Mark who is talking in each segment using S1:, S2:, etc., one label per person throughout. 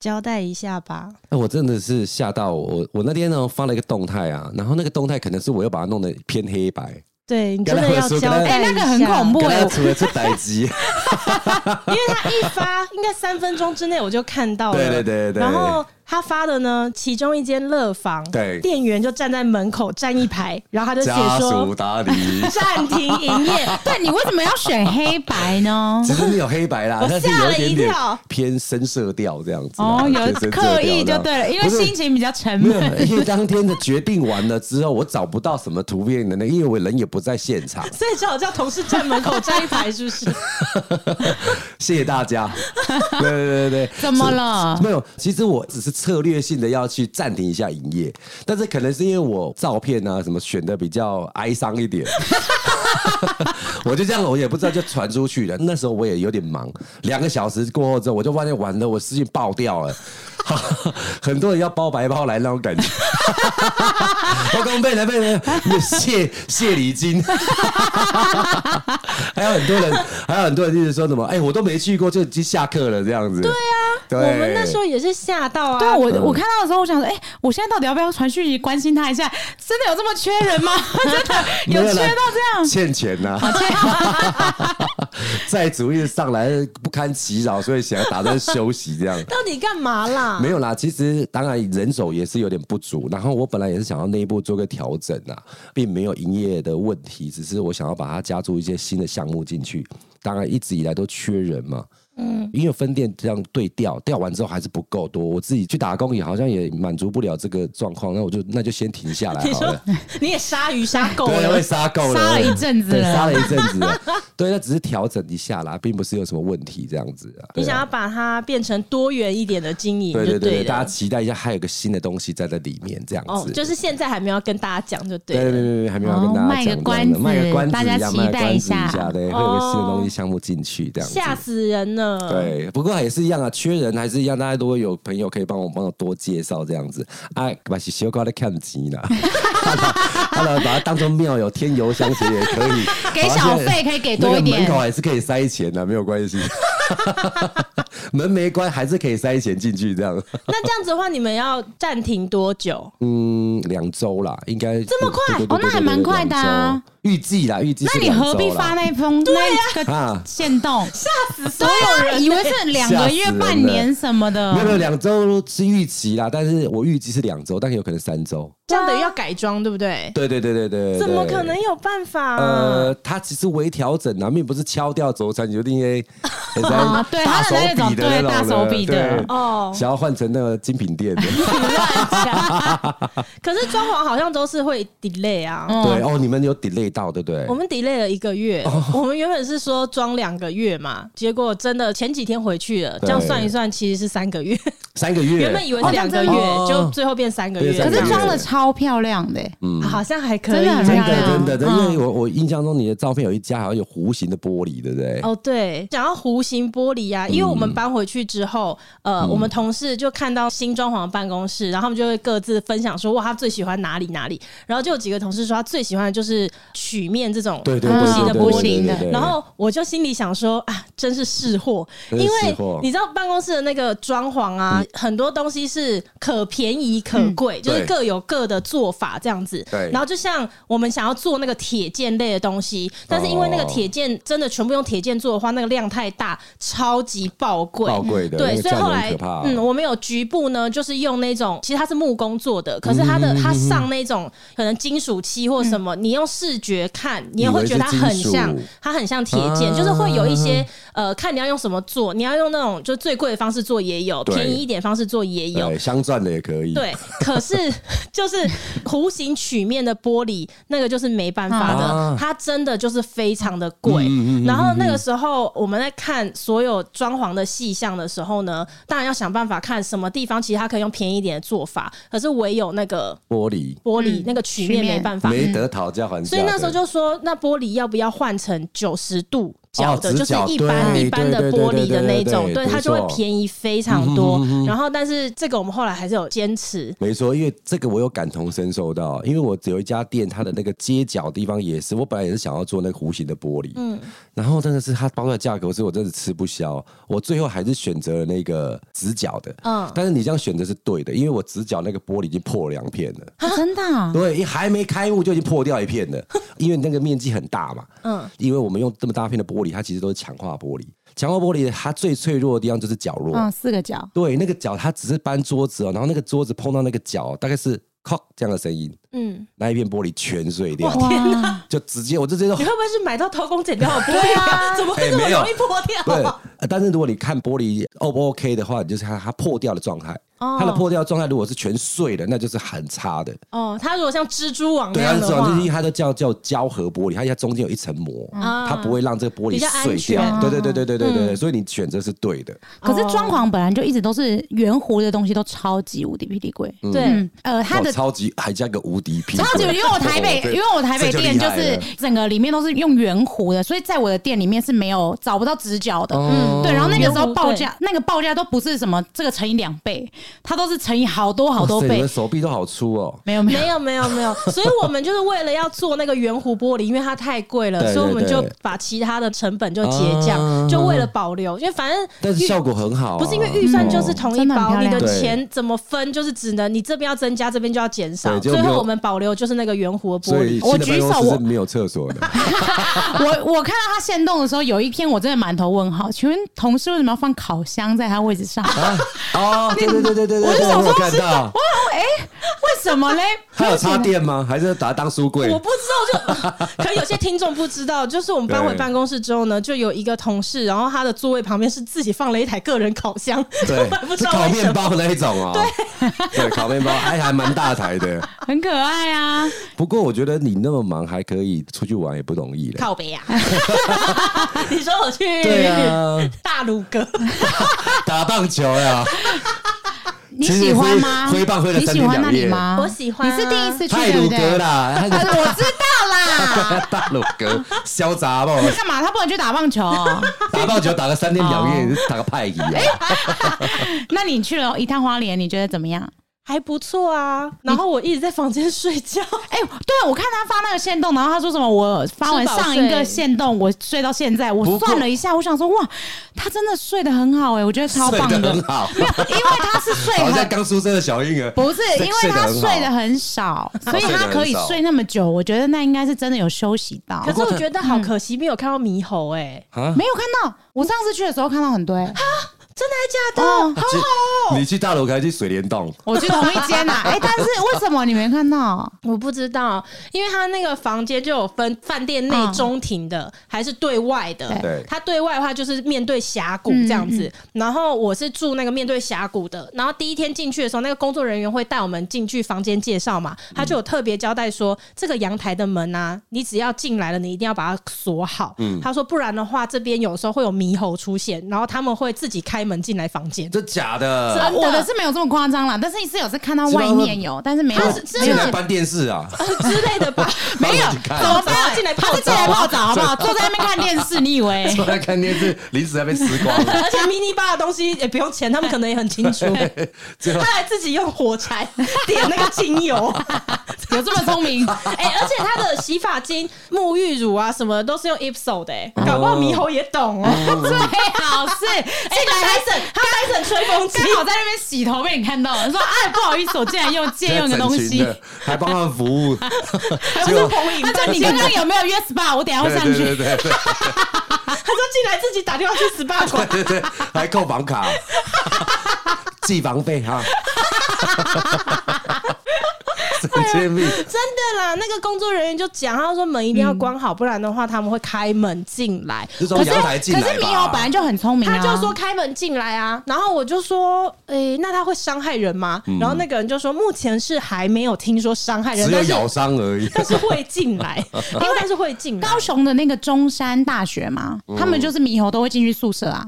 S1: 交代一下吧。
S2: 哎，我真的是吓到我，我我那天呢发了一个动态啊，然后那个动态可能是我又把它弄得偏黑白，
S1: 对你真的要交代
S2: 哎
S1: 一下，
S3: 那个很 恐怖
S2: 跟
S3: 哎
S2: 他除了是逮 鸡，
S1: 因为他一发，应该三分钟之内我就看到了。
S2: 对对对对
S1: 然后他发的呢，其中一间乐房，
S2: 对
S1: 店员就站在门口站一排，然后他就写说
S2: 打 理
S1: 暂停营
S2: ？
S1: 业。
S3: 对你为什么要选黑白呢
S2: 只是没有黑白啦，
S1: 我
S2: 但是
S1: 吓
S2: 有
S1: 了一
S2: 点点
S1: 跳
S2: 偏深色调这样子啊。
S3: 哦，有
S2: 偏深色
S3: 刻意
S2: 调
S3: 就
S2: 这样
S3: 对了，因为
S2: 不是
S3: 心情比较沉
S2: 没
S3: 闷。
S2: 有，因为当天的决定完了之后，我找不到什么图片的那，因为我人也不在现场。
S1: 所以只好叫同事站门口站一排，是不是？
S2: 谢谢大 家。对对对对，
S3: 怎么了
S2: 是没有，其实我只是策略性的要去暂停一下营业，但是可能是因为我照片啊什么选的比较哀伤一 点。 我就这样，我也不知道就传出去了。那时候我也有点忙，两个小时过后之后，我就发现完了，我事情爆掉了， 很多人要包白包来那种感觉。我刚被人被人谢谢礼金， 还有很多人，还有很多人一直说什么，哎、我都没去过，就已经下课了这样子。对啊，对，
S1: 我们那时候也是吓到啊。
S3: 对啊，我
S2: 嗯
S3: 我看到的时候，我想说，哎、我现在到底要不要传讯息关心他一下？真的有这么缺人 吗？ 真的有
S2: 没
S3: 缺
S2: 啦
S3: 到这 样？啊
S2: 欠钱呐、 债主一直上来不堪其扰，所以想要打算休息这样。
S1: 到底干嘛
S3: 啊
S1: 啦？
S2: 没有啦，其实当然人手也是有点不足，然后我本来也是想要内部做个调整啊，并没有营业的问题，只是我想要把它加注一些新的项目进去。当然一直以来都缺人嘛，嗯，因为分店这样对调，调完之后还是不够多，我自己去打工也好像也满足不了这个状况，那我就那就先停下来
S1: 你
S2: 好
S1: 说
S2: 了。
S1: 你也杀鱼杀狗
S2: 对，
S1: 了
S2: 会，杀够了，
S3: 杀了一阵子
S2: 对，
S3: 了
S2: 杀了一阵子了，对，那只是调整一下啦，并不是有什么问题这样子啊。对
S1: 你
S2: 啊
S1: 想要把它变成多元一点的经营，
S2: 对
S1: 就
S2: 对对对，大家
S1: 了。
S2: 期待一下，还有个新的东西在这里面这样
S1: 哦
S2: 子，，
S1: 就是现在还没有跟大家讲，就对
S2: 对
S1: 了
S2: 对。对对，还没有要跟大家讲
S3: 哦卖个
S2: 这样的
S3: 关子
S2: 卖个关子
S3: 大
S2: 一
S3: 家
S2: 样，
S3: 期
S2: 卖个
S3: 待
S2: 关
S3: 一
S2: 子
S3: 下哦
S2: 下，对，会有个新的
S1: 哦
S2: 东西项目进去这样子。
S1: 吓死人了！，
S2: 对，不过也是一样啊，缺人还是一样，大家都会有朋友可以帮我帮我多介绍这样子。哎，把小瓜的看急 了，好了，把它当做庙有添油香水也可以，
S3: 给小费可以给多一点
S2: 那个门口还是可以塞钱的、没有关系。 门没关还是可以塞钱进去这样。
S1: 那这样子的话，你们要暂停多 久？
S2: 嗯，两周啦，应该
S1: 这么快
S2: 对对对对
S3: 哦那还蛮快的啊
S2: 两周预计啦，预计。
S3: 那你何必发？那封那个
S2: 啊
S3: 限动？
S1: 吓死所
S3: 对
S1: 有
S3: 啊，
S1: 人！
S3: 以为是两个月、半年什么的
S2: 没有。没有，两周是预期啦，但是我预计是两周，但有可能三周。
S1: 这样等于要改装，对不对？
S2: 对对对对对，对
S1: 怎么可能？有办法？
S2: 呃，它只是微调整啊，并不是敲掉轴承，有定 为
S3: 啊对它的那
S2: 大手笔
S3: 种
S2: 的那
S3: 对大手笔的
S2: 对
S1: 哦
S2: 想要换成那个精品店的。
S1: 可是装潢好像都是会 delay 啊。
S3: 嗯
S2: 对哦，你们有 delay 到对不对
S1: 我？们 delay 了一个月，
S2: 哦
S1: 我们原本是说装两个月嘛，结果真的前几天回去了，这
S2: 对
S1: 样算一算其实是三个月，
S2: 三个月，
S1: 原本以为是两个月，
S2: 哦
S1: 就最后变三个月，
S2: 变三
S3: 可
S2: 个月
S3: 是装的超漂亮的、欸
S1: 嗯好像还可以，
S3: 真的很
S2: 真
S3: 漂亮
S2: 的真的真的，
S3: 嗯
S2: 因为我我印象中你的照片有一家好像有弧形的玻璃，对不对？
S1: 哦，对，讲到弧形玻璃啊，因为我们搬回去之后，呃，我们同事就看到新装潢的办公室，然后他们就会各自分享说，哇，他最喜欢哪里哪里。然后就有几个同事说，他最喜欢的就是曲面这种
S2: 对对
S1: 弧
S2: 对
S1: 形
S2: 对
S1: 的
S2: 对
S1: 玻
S2: 对
S1: 璃。
S2: 嗯对
S3: 璃的
S2: 对对
S1: 然后我就心里想说啊，真是是货，因
S2: 真是识
S1: 为
S2: 货嗯
S1: 你知道办公室的那个装潢啊，很多东西是可便宜可贵，就是
S2: 对
S1: 各有各的做法这样子。
S2: 对
S1: 然后就像我们想要做那个铁件类的东西，但是因为那个
S2: 哦
S1: 铁件真的全部用铁件做的话，那个量太大，超级爆贵，
S2: 爆贵的那
S1: 对，
S2: 个
S1: 所以
S2: 价格
S1: 后
S2: 很
S1: 来
S2: 可怕啊
S1: 嗯，我们有局部呢，就是用那种其实它是木工做的，可是它
S2: 嗯
S1: 的它上那种可能金属漆或什么，你用视觉看，你也
S2: 以为
S1: 会觉得它
S2: 是
S1: 很
S2: 金属
S1: 像，它很像铁件，
S2: 啊
S1: 就是会有一些呃，看你要用什么做，你要用那种就最贵的方式做也有，
S2: 对
S1: 便宜一点方式做也有。
S2: 对，镶钻的也可以。
S1: 对，可是就是弧形曲面的玻璃，那个就是没办法的
S2: 啊，嗯
S1: 它真的就是非常的贵。然后那个时候我们在看所有装潢的细项的时候呢，当然要想办法看什么地方其实它可以用便宜一点的做法，可是唯有那个
S2: 玻璃
S1: 玻璃、
S3: 嗯
S1: 那个曲面
S3: 曲面
S1: 没办法。嗯
S2: 没得讨价还价的，
S1: 所以那时候就说，那玻璃要不要换成九十度角的，
S2: 哦直
S1: 就是
S2: 角
S1: 一般
S2: 对
S1: 一般的
S2: 对对
S1: 玻璃的那
S2: 对对
S1: 种，
S2: 对
S1: 对
S2: 没
S1: 它就会
S2: 错嗯
S1: 便宜非常多。然后，但是这个我们后来还是有坚持，
S2: 没错，因为这个我有感同身受到，因为我有一家店，它的那个街角地方也是，我本来也是想要做那个弧形的玻璃，嗯，然后真的是它包出来价格是我真的吃不消，我最后还是选择了那个直角的，
S1: 嗯
S2: 嗯，但是你这样选择是对的，因为我直角那个玻璃已经破了两片了。
S3: 真的啊、
S2: 对，一还没开幕就已经破掉一片了，因为那个面积很大嘛。
S1: 嗯
S2: 嗯，因为我们用这么大片的玻璃，它其实都是强化玻璃。强化玻璃它最脆弱的地方就是角落。
S3: 嗯，四个角，
S2: 对，那个角它只是搬桌子哦，然后那个桌子碰到那个角，大概是咔这样的声音，
S1: 嗯，
S2: 那一片玻璃全碎掉，
S1: 哇天哪！
S2: 就直接我就直接说
S1: 你会不会是买到偷工减料的玻璃啊？ 怎么会这么
S2: 哎没有
S1: 容易破
S2: 对
S1: 掉啊？，
S2: 呃但是如果你看玻璃 O 不 OK 的话，你就是看它破掉的状态。
S1: 哦
S2: 它的破掉的状态如果是全碎的，那就是很差的。
S1: 哦，它如果像蜘蛛网那
S2: 对，它
S1: 样
S2: 是
S1: 的
S2: 这种，
S1: 话
S2: 就是因为，它都叫叫胶合玻璃，它它中间有一层膜，
S1: 啊
S2: 它不会让这个玻
S1: 比
S2: 璃
S1: 较安
S2: 碎
S1: 全
S2: 掉。对对对对对对对，
S1: 嗯
S2: 所以你选择是对的。
S3: 可是装潢本来就一直都是圆弧的东西，都超级无敌霹雳贵。
S1: 对，
S3: 嗯，呃，它
S2: 我
S3: 的
S2: 超级还加个无敌皮，
S3: 超级，因为我台 北，
S2: 对
S3: 因为我台北
S2: 这就
S3: 店
S2: 厉
S3: 就
S2: 害
S3: 是
S2: 了
S3: 整个里面都是用圆弧的，所以在我的店里面是没有找不到直角的。
S2: 嗯
S3: 对，然后那个时
S1: 圆
S3: 候
S1: 弧
S3: 报价，那个报价都不是什么这个乘以两倍，它都是乘以好多好多
S2: 哇塞你
S3: 倍
S2: 的。手臂都好粗哦。
S3: 没有没有
S1: 没有没有没 有，所以我们就是为了要做那个圆弧玻璃，因为它太贵了，
S2: 对对
S1: 所以我们就
S2: 对
S1: 把其他的成本就结降，
S2: 啊
S1: 就为了保留，因为反正
S2: 但是
S1: 预
S2: 效果很好啊、
S1: 不是因为预算就是同一
S3: 真的很
S1: 包，
S3: 漂
S1: 你嗯
S3: 亮
S1: 的
S2: 对
S1: 钱怎么分就是只能你这边要增加，这边就要减少，
S2: 对就
S1: 最
S2: 没
S1: 后
S2: 有
S1: 我们保留就是那个圆弧的玻
S2: 所
S1: 璃。
S2: 以新的
S3: 我举
S2: 办公
S3: 手
S2: 室
S3: 我
S2: 是没有厕所的。
S3: 我我看到他现动的时候，有一天我真的满头问号，请问同事为什么要放烤箱在他位置上？
S2: 啊哦，对对对对对对，对我有看到，
S3: 为什么嘞？
S2: 它有插电吗？还是把它当书柜
S1: 我？不知道，就 可能有些听众不知道，就是我们搬回
S2: 对
S1: 办公室之后呢，就有一个同事，然后他的座位旁边是自己放了一台个人烤箱，
S2: 对
S1: 我也不，知
S2: 是
S1: 道
S2: 烤
S1: 为什
S2: 面
S1: 么。
S2: 包那一种哦。对，烤面包还还蛮大台的。
S3: 很可爱啊！
S2: 不过我觉得你那么忙还可以出去玩也不容易嘞。
S1: 靠北呀、 你说我去
S2: 对啊，
S1: 大鲁阁，
S2: 打棒球呀，
S3: 你喜欢
S2: 其
S3: 吗？
S2: 实挥挥棒挥了
S3: 你
S2: 三
S3: 喜
S2: 天
S3: 欢那
S2: 两夜
S3: 里吗？
S1: 我喜欢啊
S3: 你是第一次去
S2: 泰
S3: 对
S2: 鲁
S3: 不
S2: 格
S3: 对？啊
S2: 啦，他是
S3: 我知道 啦。
S2: 大鲁格潇洒不？
S3: 干嘛？他不能去打 棒球哦？
S2: 打棒球打个三天两夜，你是打个派一啊？
S3: 那你去了一趟花莲，你觉得怎么样？
S1: 还不错啊。然后我一直在房间睡觉，
S3: 哎、对，我看他发那个线动，然后他说什么？我发完上一个线动，我睡到现在，我
S2: 不过
S3: 算了一下，我想说，哇，他真的睡得很好哎、我觉得超
S2: 睡
S3: 棒
S2: 得
S3: 的，
S2: 很好，
S3: 因为他是睡
S2: 好像
S3: 很。
S2: 刚出生的小婴儿。
S3: 不是，
S2: 睡
S3: 因为他
S2: 睡得很好哦
S3: 睡得很少，所以他可以睡那么久。我觉得那应该是真的有休息到
S1: 可，是我觉得
S2: 嗯
S1: 好可惜，没有看到猕猴、哎，
S2: 啊，
S3: 没有看到。我上次去的时候看到很多、欸，
S1: 真的还假的？
S3: 哦，
S2: 去你去大楼还去水帘洞，
S3: 我去同一间呐、 啊。哎、但是为什么你没看到？
S1: 我不知道，因为他那个房间就有分饭店内
S3: 嗯
S1: 中庭的，还是对外的。
S2: 对
S1: 他对外的话就是面对峡谷这样子。然后我是住那个面对峡谷的。然后第一天进去的时候，那个工作人员会带我们进去房间介绍嘛，他
S2: 嗯
S1: 就有特别交代说，这个阳台的门啊，你只要进来了，你一定要把它锁好。
S2: 嗯
S1: 他说不然的话，这边有时候会有猕猴出现，然后他们会自己开门进来房间。
S2: 这假
S1: 真
S2: 的？
S1: 的
S3: 我的是没有这么夸张啦，但是是有是看到外面有，但是没有
S1: 他是真的
S3: 没
S2: 进
S3: 有
S2: 来搬电视啊？
S1: 呃之类的 吧，
S3: 没有
S2: 帮我去看
S3: 怎么
S1: 他
S3: 办？
S1: 是进来泡
S3: 他是进来泡澡好不好？坐在那边看电视，你以为？
S2: 坐在看电视，零食还被吃光了，
S1: 而且 mini bar 的东西也不用钱，他们可能也很清 楚。
S2: 最后
S1: 他还自己用火柴点那个精油，
S3: 有这么聪 明？
S1: 哎、而且他的洗发精、沐浴乳啊什么都是用 Ipso 的、哎搞不好猕猴也懂哦、
S2: 嗯
S3: 最好是
S1: 哎、
S3: 进
S1: 他
S3: 来还
S1: 还省，他还省吹风机
S3: 刚，好在那边洗头被你看到了，说哎不好意思，我竟然又借用
S2: 现
S3: 个
S2: 在
S3: 东
S2: 整群
S3: 西。
S2: 的，还帮他们服务，
S1: 还不
S2: 结
S1: 是
S2: 果
S1: 彭颖
S3: 他
S1: 的。
S3: 说你刚刚有没有约 SPA？我等一下会
S2: 对
S3: 上
S2: 对
S3: 去
S2: 对。对对
S1: 他说进来自己打电话去 SPA 馆，
S2: 对对，还扣房卡，寄房费哈。神经病，
S1: 真的啦。那个工作人员就讲，他说门一定要关好，不然的话他们会开门进来。
S2: 就
S3: 可
S2: 从
S3: 是
S2: 阳台进
S3: 可
S2: 来
S3: 是猕猴本
S2: 吧
S3: 来。就很聪明
S1: 他
S3: 啊，
S1: 就说开门进来啊，然后我就说，诶、那他会伤害人吗？然后那个人就说，目前是还没嗯有听说伤害人，
S2: 只有
S1: 但是
S2: 咬伤而已，
S1: 但是会进 来，因为但是会进来
S2: 嗯
S3: 高雄的那个中山大学嘛，他们就是猕猴都会进去宿舍啊。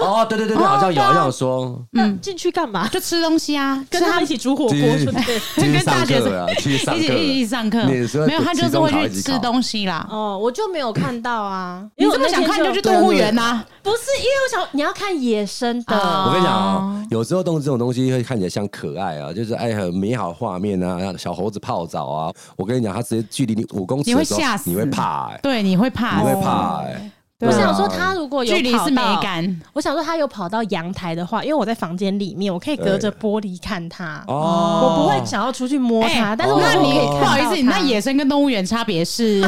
S2: 哦，对对对对，好像有，好像有说，
S1: 嗯，进去干嘛？
S3: 就吃东西啊，
S1: 跟
S3: 是
S1: 他
S3: 他
S1: 们一起煮火锅，
S2: 今
S1: 对
S2: 天
S1: 不对？
S2: 今天
S3: 跟大
S2: 上
S3: 学
S2: 课
S3: 生
S2: 了啊，今天上
S3: 一
S2: 课
S3: 起一起上课，
S2: 你说
S3: 没有，他就
S2: 期
S3: 是
S2: 中
S3: 会
S2: 考一
S3: 去
S2: 起
S3: 吃
S2: 考
S3: 东西啦。
S1: 哦，我就没有看到啊，
S3: 你
S1: 因为
S3: 这
S1: 我
S3: 么
S1: 那
S3: 想
S1: 天
S3: 看，你就去
S1: 就
S3: 动物园啊呐。
S1: 不是，因为我想你要看野生
S3: 啊
S1: 的，
S2: 我跟你讲
S3: 哦
S2: 啊、有时候动物这种东西会看起来像可爱啊，就是哎很美好的画面啊，小猴子泡澡啊。我跟你讲，它直接距离你五公尺的时候，
S3: 你会吓死
S2: 你会怕、哎，
S3: 对，你会怕，
S2: 你会怕、哎、
S3: 对
S1: 我
S3: 啊
S1: 想说他如哦果有
S3: 距离
S1: 跑
S3: 是美
S1: 到，
S3: 感。
S1: 我想说他有跑到阳台的话，因为我在房间里面，我可以隔着玻璃看他，
S2: 哦
S1: 我不会想要出去摸他，但是我
S3: 哎那你
S1: 可以看到
S3: 不好意思，你那
S1: 他
S3: 野生跟动物园差 别是，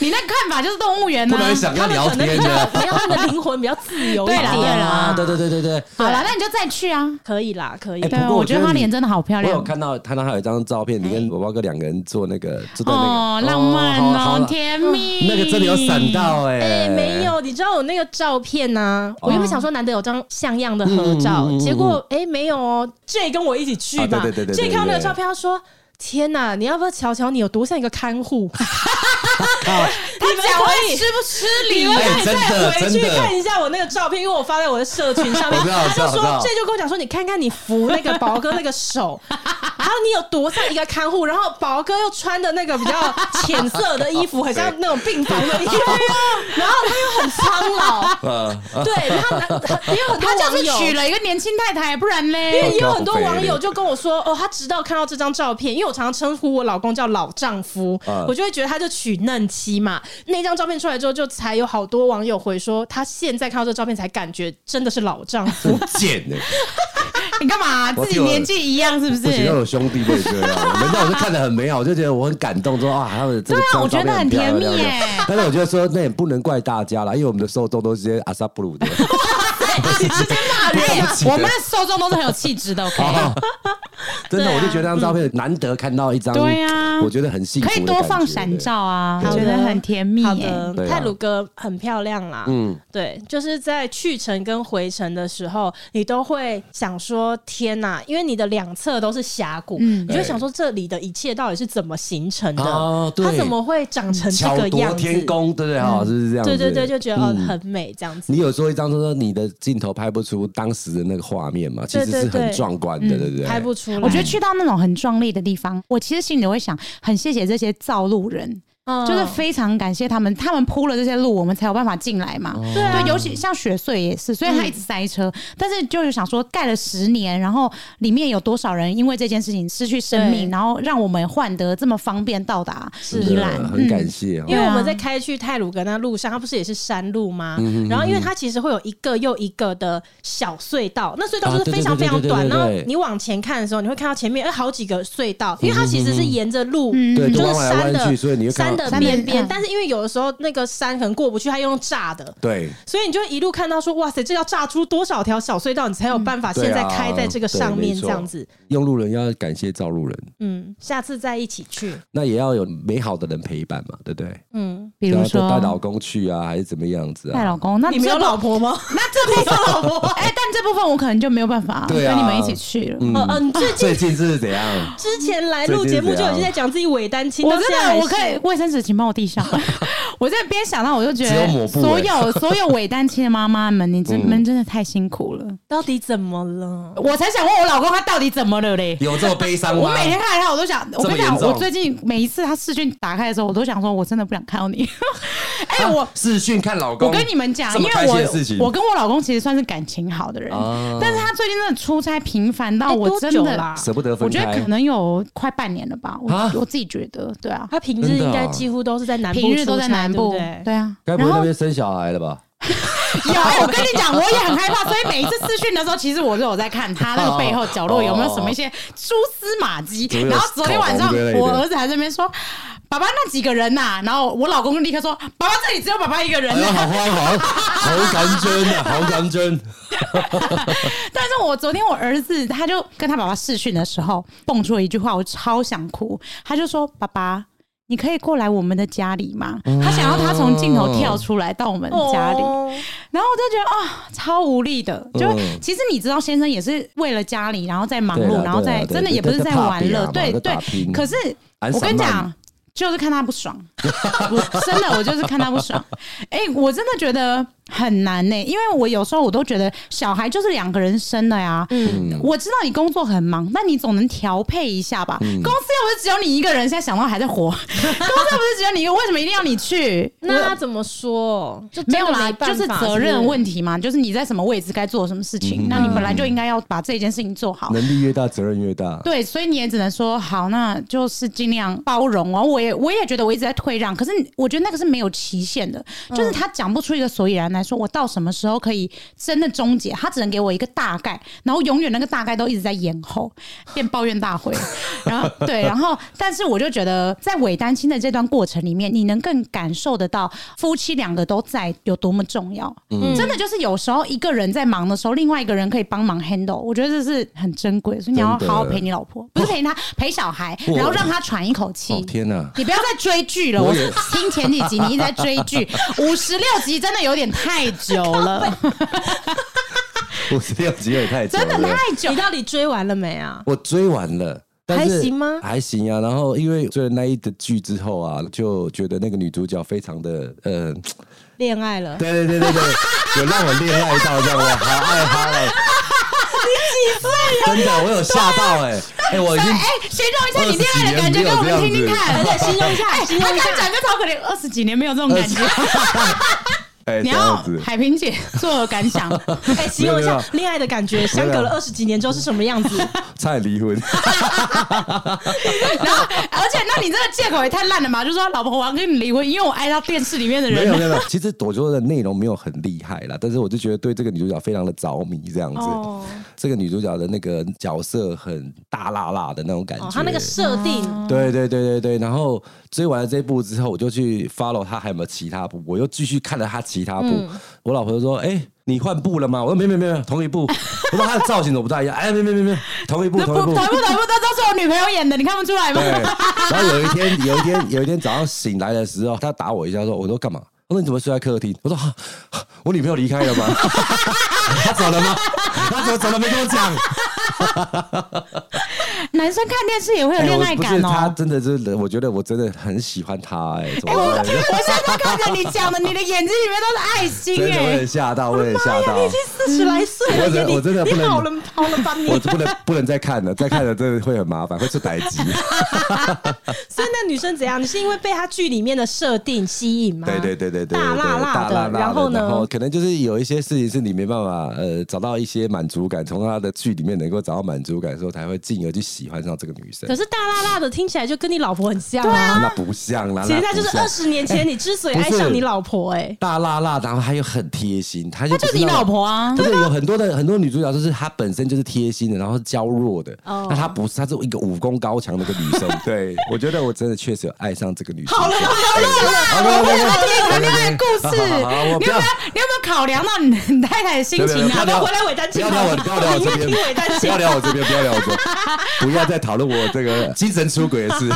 S3: 你那看法就是动物园啊
S2: 不
S3: 呐。
S2: 能想要聊
S1: 可能
S2: 天
S1: 比较
S2: 的。
S1: 没有他的灵魂比较自由一
S3: 对啦
S1: 点
S3: 对啦
S1: 啦，
S2: 啊，对对对对对。
S3: 好了，那你就再去啊。
S1: 可以啦，可以
S2: 哎。
S3: 对
S2: 不
S3: 啊，
S2: 过
S3: 我
S2: 我觉
S3: 觉得
S2: 得
S3: 花
S2: 你
S3: 莲真的好漂
S2: 我有
S3: 亮。哎
S2: 看到看到他有一张照片，你跟我包哥两个人做那个，做的那个，
S3: 哦，浪漫
S2: 好好
S3: 哦，
S2: 了
S3: 甜蜜。
S2: 那个真的有闪到哎、
S1: 哎、没，有，你知道我那个照片呢、我原本想说难得有张像样的合照，
S2: 嗯嗯嗯嗯
S1: 结果哎、没有哦。J 跟我一起去吧，
S2: 啊对对对对
S1: J 看到那个
S2: 对对对
S1: 照片，他说：“天哪，你要不要瞧瞧你有多像一个看护？ 你们
S3: 讲话
S1: 可以
S3: 吃。”不吃
S1: 你
S3: 力
S1: 们？
S2: 哎
S1: 可以
S2: 真的
S1: 再回去
S2: 真的
S1: 看一下我那个照片，因为我发在我的社群上面。
S2: 我知道
S1: 他就
S2: 我知道
S1: 说
S2: 我知道
S1: ，J 就跟我讲说，你看看你扶那个宝哥那个手，还有你有多像一个看护，然后宝哥又穿的那个比较浅色的衣服，很像那种病房的衣服，然后他又很苍老，
S2: 呃，
S1: 对，他拿也有很多
S3: 他就
S1: 网
S3: 是
S1: 友，
S3: 娶了一个年轻太太，不然
S1: 因为
S3: 嘞，
S1: 哎也有很多网友就跟我说，哦，他直到看到这张照片，因为我常常称呼我老公叫老丈夫，
S2: 嗯
S1: 我就会觉得他就娶嫩妻嘛。那张照片出来之后，就才有好多网友回说，他现在看到这照片才感觉真的是老丈夫。
S2: 真贱哎、
S3: 你干嘛？
S2: 我
S3: 自己年纪一样 是不
S2: 我觉得
S3: 是？
S2: 我兄弟辈这 样，我们那我就看得很美好，我就觉得我很感动，说啊，他们这个
S3: 对啊我
S2: 照
S3: 觉得
S2: 片
S3: 很
S2: 漂
S3: 甜
S2: 亮
S3: 蜜
S2: 这样
S3: 耶
S2: 但是我觉得说那也不能怪大家啦，因为我们的受众都是些阿萨布 鲁的，
S3: 哎
S1: 哎
S2: 对不起
S3: 我们的受众都是很有气 质的，OK。
S2: 真的，
S1: 对啊
S2: 我就觉得那张照片难得看到一张，
S3: 对啊
S2: 我觉得很幸福，
S3: 可以多放闪。照啊，
S1: 好
S3: 我
S1: 的
S3: 觉得很甜蜜、
S1: 好
S3: 耶。
S1: 的，
S2: 对啊
S1: 泰鲁哥很漂亮啦。嗯
S2: 嗯，
S1: 对，就是在去程跟回程的时候，你都会想说：天哪！因为你的两侧都是峡谷，
S3: 嗯
S1: 你就会
S2: 对
S1: 想说这里的一切到底是怎么形成的？
S2: 哦对嗯
S1: 它怎么会长成这
S2: 巧
S1: 个
S2: 夺
S1: 样子？
S2: 天工，对不对？
S3: 嗯
S2: 哈，是不是这样
S1: 对
S2: 子？嗯
S1: 对对，就觉得、哦很美这样子。
S2: 你有说一张说你的镜头拍不出当时的那个画面嘛？其
S1: 对
S2: 实是
S1: 对对
S2: 很壮观
S3: 嗯
S2: 的，对不对？
S1: 拍不出来。
S3: 我觉得去到那种很壮丽的地方，我其实心里会想，很谢谢这些造路人，
S1: 嗯
S3: 就是非常感谢他们，他们铺了这些路，我们才有办法进来嘛。
S1: 对啊
S3: 对，尤其像雪穗也是，虽然它一直塞车，
S1: 嗯
S3: 但是就是想说盖了十年，然后里面有多少人因为这件事情失去
S1: 对
S3: 生命，然后让我们换得这么方便到达
S1: 是
S2: 真
S3: 宜
S2: 的
S3: 兰，
S2: 很感
S3: 嗯
S2: 谢哦
S1: 因。为我们
S3: 对啊
S1: 在开去泰鲁格那路上，它不是也是山路
S2: 嗯
S1: 吗？然后因为它其实会有一个又一个的小隧道，那隧道就是非常
S2: 啊
S1: 非
S2: 对对
S1: 常
S2: 对
S1: 短。然
S2: 对对对
S1: 后
S2: 对
S1: 你往前看的时候，你会看到前面哎好几个隧道，因为它其实是沿着路，
S2: 对，
S1: 就
S2: 就是弯来
S1: 山
S2: 弯
S1: 的
S2: 去，所以你会看
S1: 嗯山
S2: 到
S1: 的
S3: 山
S1: 边
S3: 边
S1: 边
S3: 嗯。
S1: 但是因为有的时候那个山可能过不去，它用炸的。
S2: 对，
S1: 所以你就一路看到说，哇塞，这要炸出多少条小隧道，你才有办法现在
S2: 对啊
S1: 开在这个上面
S2: 对没
S1: 这
S2: 错
S1: 样子。
S2: 用路人要感谢造路人，
S1: 嗯，下次再一起去。
S2: 那也要有美好的人陪伴嘛，对不对？
S1: 嗯，
S3: 比如
S2: 对啊带老
S3: 说
S2: 公去啊，还是怎么样子
S3: 带
S2: 啊？
S3: 老公，那
S1: 你们
S3: 这
S1: 有
S3: 部
S1: 老婆吗？
S3: 那这部分老婆， 哎、但这部分我可能就没有办法
S2: 对啊
S3: 跟你们一起去了。
S1: 哦，嗯，最近
S2: 最近是怎样？
S1: 之前来录节目就已经在讲自己伪单亲，
S3: 我
S1: 到
S3: 真
S1: 现在还
S3: 的，
S1: 是
S3: 我可以卫生纸请帮我递上。 我这边想到，我就觉
S2: 只有
S3: 得
S2: 抹布
S3: 所
S2: 哎
S3: 有所有伪单亲的妈妈们，你真你们真的太辛苦了。
S1: 到底怎么了？
S3: 我才想问我老公他到底怎么了 嘞？
S2: 有这么悲伤
S3: 我
S2: 吗？
S3: 每天看他，我都想，我
S2: 这
S3: 跟
S2: 么
S3: 你讲，
S2: 严重
S3: 我最近每一次他视讯打开的时候，我都想说，我真的不想看到你。 哎、我
S2: 视讯看老公，
S3: 我跟你们讲，
S2: 这
S3: 因
S2: 么开
S3: 为
S2: 心的事情，
S3: 我我跟我老公其实算是感情好的人，
S2: 啊
S3: 但是他最近真的出差频繁到
S1: 哎
S3: 啊我
S1: 多
S3: 真
S1: 久
S3: 的
S1: 啦
S2: 舍不得分
S3: 我觉得
S2: 开
S3: 可。能有快半年了吧，我、
S2: 啊
S3: 我自己觉得，对啊，
S1: 他平日应该几乎都是在南部出差，
S3: 平日都在南部，
S1: 对不对
S3: 对啊。
S2: 该
S3: 然
S2: 不会那
S3: 后有，
S2: 边生小孩了吧？
S3: 我跟你讲，我也很害怕，所以每一次私讯的时候，其实我都有在看他那个背后角落有没有什么一些蛛丝马迹
S2: 哦总。有
S3: 然后昨天晚上
S2: 口红之类，的
S3: 我儿子还在那边说：“爸爸那几个人呐、然后我老公就立刻说：“爸爸这里只有爸爸一个人、
S2: 哎呀，好荒唐，好感真啊，好感真。
S3: 但是我昨天我儿子他就跟他爸爸视讯的时候蹦出了一句话，我超想哭。他就说：“爸爸，你可以过来我们的家里吗？”他想要他从镜头跳出来到我们家里，
S1: 哦
S3: 然后我就觉得啊、超无力的。就
S2: 嗯
S3: 其实你知道，先生也是为了家里，然后在忙
S2: 对
S3: 碌，
S2: 啦
S3: 然后
S2: 对啦
S3: 在
S2: 对
S3: 真的也不是在玩乐，对
S2: 在打拼啊在打
S3: 对
S2: 拼。
S3: 可是
S2: 安
S3: 我
S2: 散
S3: 跟你
S2: 漫
S3: 讲。 就是看他不爽，我真的我就是看他不爽。哎、我真的觉得很难呢、因为我有时候我都觉得小孩就是两个人生的呀。
S1: 嗯
S3: 我知道你工作很忙，那你总能调配一下吧。
S2: 嗯
S3: 公司又不是只有你一个人，现在想到还 在活。公司又不是只有你一个，为什么一定要你去？
S1: 那他怎么说？就真的
S3: 没有啦，
S1: 没办
S3: 就
S1: 法
S3: 是责任问题嘛，就是你在什么位置该做什么事情，那你本来
S1: 嗯
S3: 就应该要把这件事情做 好。
S2: 能力越大，责任越大。
S3: 对，所以你也只能说好，那就是尽量包容哦。我也我也觉得我一直在退让，可是我觉得那个是没有期限的，就是他讲不出一个所以然来说，我到什么时候可以真的终结？他只能给我一个大概，然后永远那个大概都一直在延后，变抱怨大会。然后对，然后但是我就觉得，在伪单亲的这段过程里面，你能更感受得到夫妻两个都在有多么重要。
S2: 嗯
S1: 嗯
S3: 真的就是有时候一个人在忙的时候，另外一个人可以帮忙 handle，我觉得这是很珍贵的，所以你要好好陪你老婆，不是陪她，陪小孩，
S2: 哇
S3: 然后让她喘一口气
S2: 哦。天哪！
S3: 你不要再追剧了，我
S2: 我也
S3: 听前几集你一直在追 剧，五十六集真的有点 太久了，
S2: 五十六集也太久
S3: 真的
S2: 了
S3: 太久
S1: 你。到底追完了没啊？
S2: 我追完了。但是
S1: 还行吗
S2: 还行啊。然后因为追了那一的剧之后啊，就觉得那个女主角非常的，呃，
S1: 恋爱了？
S2: 对对对对对，有让我恋爱到这样，我好爱她嘞。你几岁呀？真的，我有吓到哎、哎、我已经
S3: 哎，形容一下你恋爱的感觉，给我们听听看。哎
S1: 对，形容一下，形
S3: 他
S1: 容一
S3: 刚
S1: 下。
S3: 讲就超可怜，二十几年没有这种 感觉。
S2: 哎、
S3: 你
S2: 这
S3: 要
S2: 样子。
S3: 海平姐作何感想？
S1: 哎，形容一
S2: 没有
S1: 下
S2: 没有
S1: 恋爱的感觉，相隔了二十几年之后是什么样 子？
S2: 差点离婚，
S3: 然后，而且，那你这个借口也太烂了嘛！就说老婆，我要跟你离婚，因为我爱到电视里面的
S2: 没有
S3: 人。
S2: 没有没有。其实我说的内容没有很厉害啦，但是我就觉得对这个女主角非常的着迷，这样子。
S1: 哦
S2: 这个女主角的那个角色很大辣辣的那种感觉，
S1: 哦，他那个设
S3: 啊哦
S1: 定，
S2: 对对对对对，然后追完了这部之后，我就去 follow 他还有没有其他部，我又继续看了他其他部。
S3: 嗯
S2: 我老婆就说：“哎、你换部了吗？”我说：“没没没没，同一部。”我说：“他的造型怎么不大一样？”哎，没没没没，同一部
S3: 那不
S2: 同一
S3: 同
S2: 部
S3: 不。同不，这都是我女朋友演的，你看不出来吗
S2: 对，？然后有一天有一天有一天早上醒来的时候，他打我一下说：“我说干嘛？”他说：“你怎么睡在客厅？”我说：“啊啊我女朋友离开了吗？ 她走了吗？她怎么走了没跟我讲？”
S3: 男生看电视也会有
S2: 哎
S3: 恋
S2: 我
S3: 爱
S2: 不是
S3: 感
S2: 他
S3: 哦。
S2: 真的是，我觉得我真的很喜欢他哎、怎
S3: 哎，
S2: 么
S3: 我
S2: 办
S3: 我现在看着你讲的，你的眼睛里面都是爱心
S2: 真的我
S3: 哎
S2: 很。吓到，我也吓到，
S1: 四十来岁
S2: 我
S1: 了，
S2: 真的
S1: 你
S2: 我真的不
S1: 你
S2: 能
S1: 好了好了吧你
S2: 我？不能不能再看了，再看了真的会很麻烦，会出歹疾。
S1: 所以那女生怎样？你是因为被她剧里面的设定吸引吗？
S2: 对对对对对，对
S1: 大辣辣的
S2: 大辣辣
S1: 然后呢
S2: 然后可能就是有一些事情是你没办法呃找到一些满足感，从他的剧里面能够找到满足感的时候，才会进而去喜欢上这个女生
S1: 可。是大辣辣的听起来就跟你老婆很像啊。
S2: 那不像啦，
S1: 其实
S2: 那
S1: 那
S2: 不
S1: 就是
S2: 像
S1: 二十年前你之所以
S2: 不
S1: 爱
S2: 是
S1: 上你老婆，哎，
S2: 大辣辣，然后还有很贴心，他就
S3: 那
S2: 不
S3: 就是是你
S2: 那种
S3: 老婆啊
S2: 不。是有很多的很多女主角，就是她本身就是贴心的，然后是娇弱的。
S1: 哦
S2: 那她不是，她是一个武功高强的一个女 生。对，我觉得我真的确实有爱上这个女生。好了，好了，好了，
S3: 我想听你
S2: 好
S3: 谈
S2: 了
S3: 恋爱的故
S2: 好
S3: 事，
S2: 好好好
S3: 你有
S2: 我不
S3: 没有
S2: 要。
S3: 你有没有考量到你太太的心情啊？
S2: 不要
S1: 回来伪单
S2: 不
S1: 亲
S2: 要聊我，不要聊我这 边，不要聊我这边，不要聊我这边，不要再讨论我这个精神出轨的 事。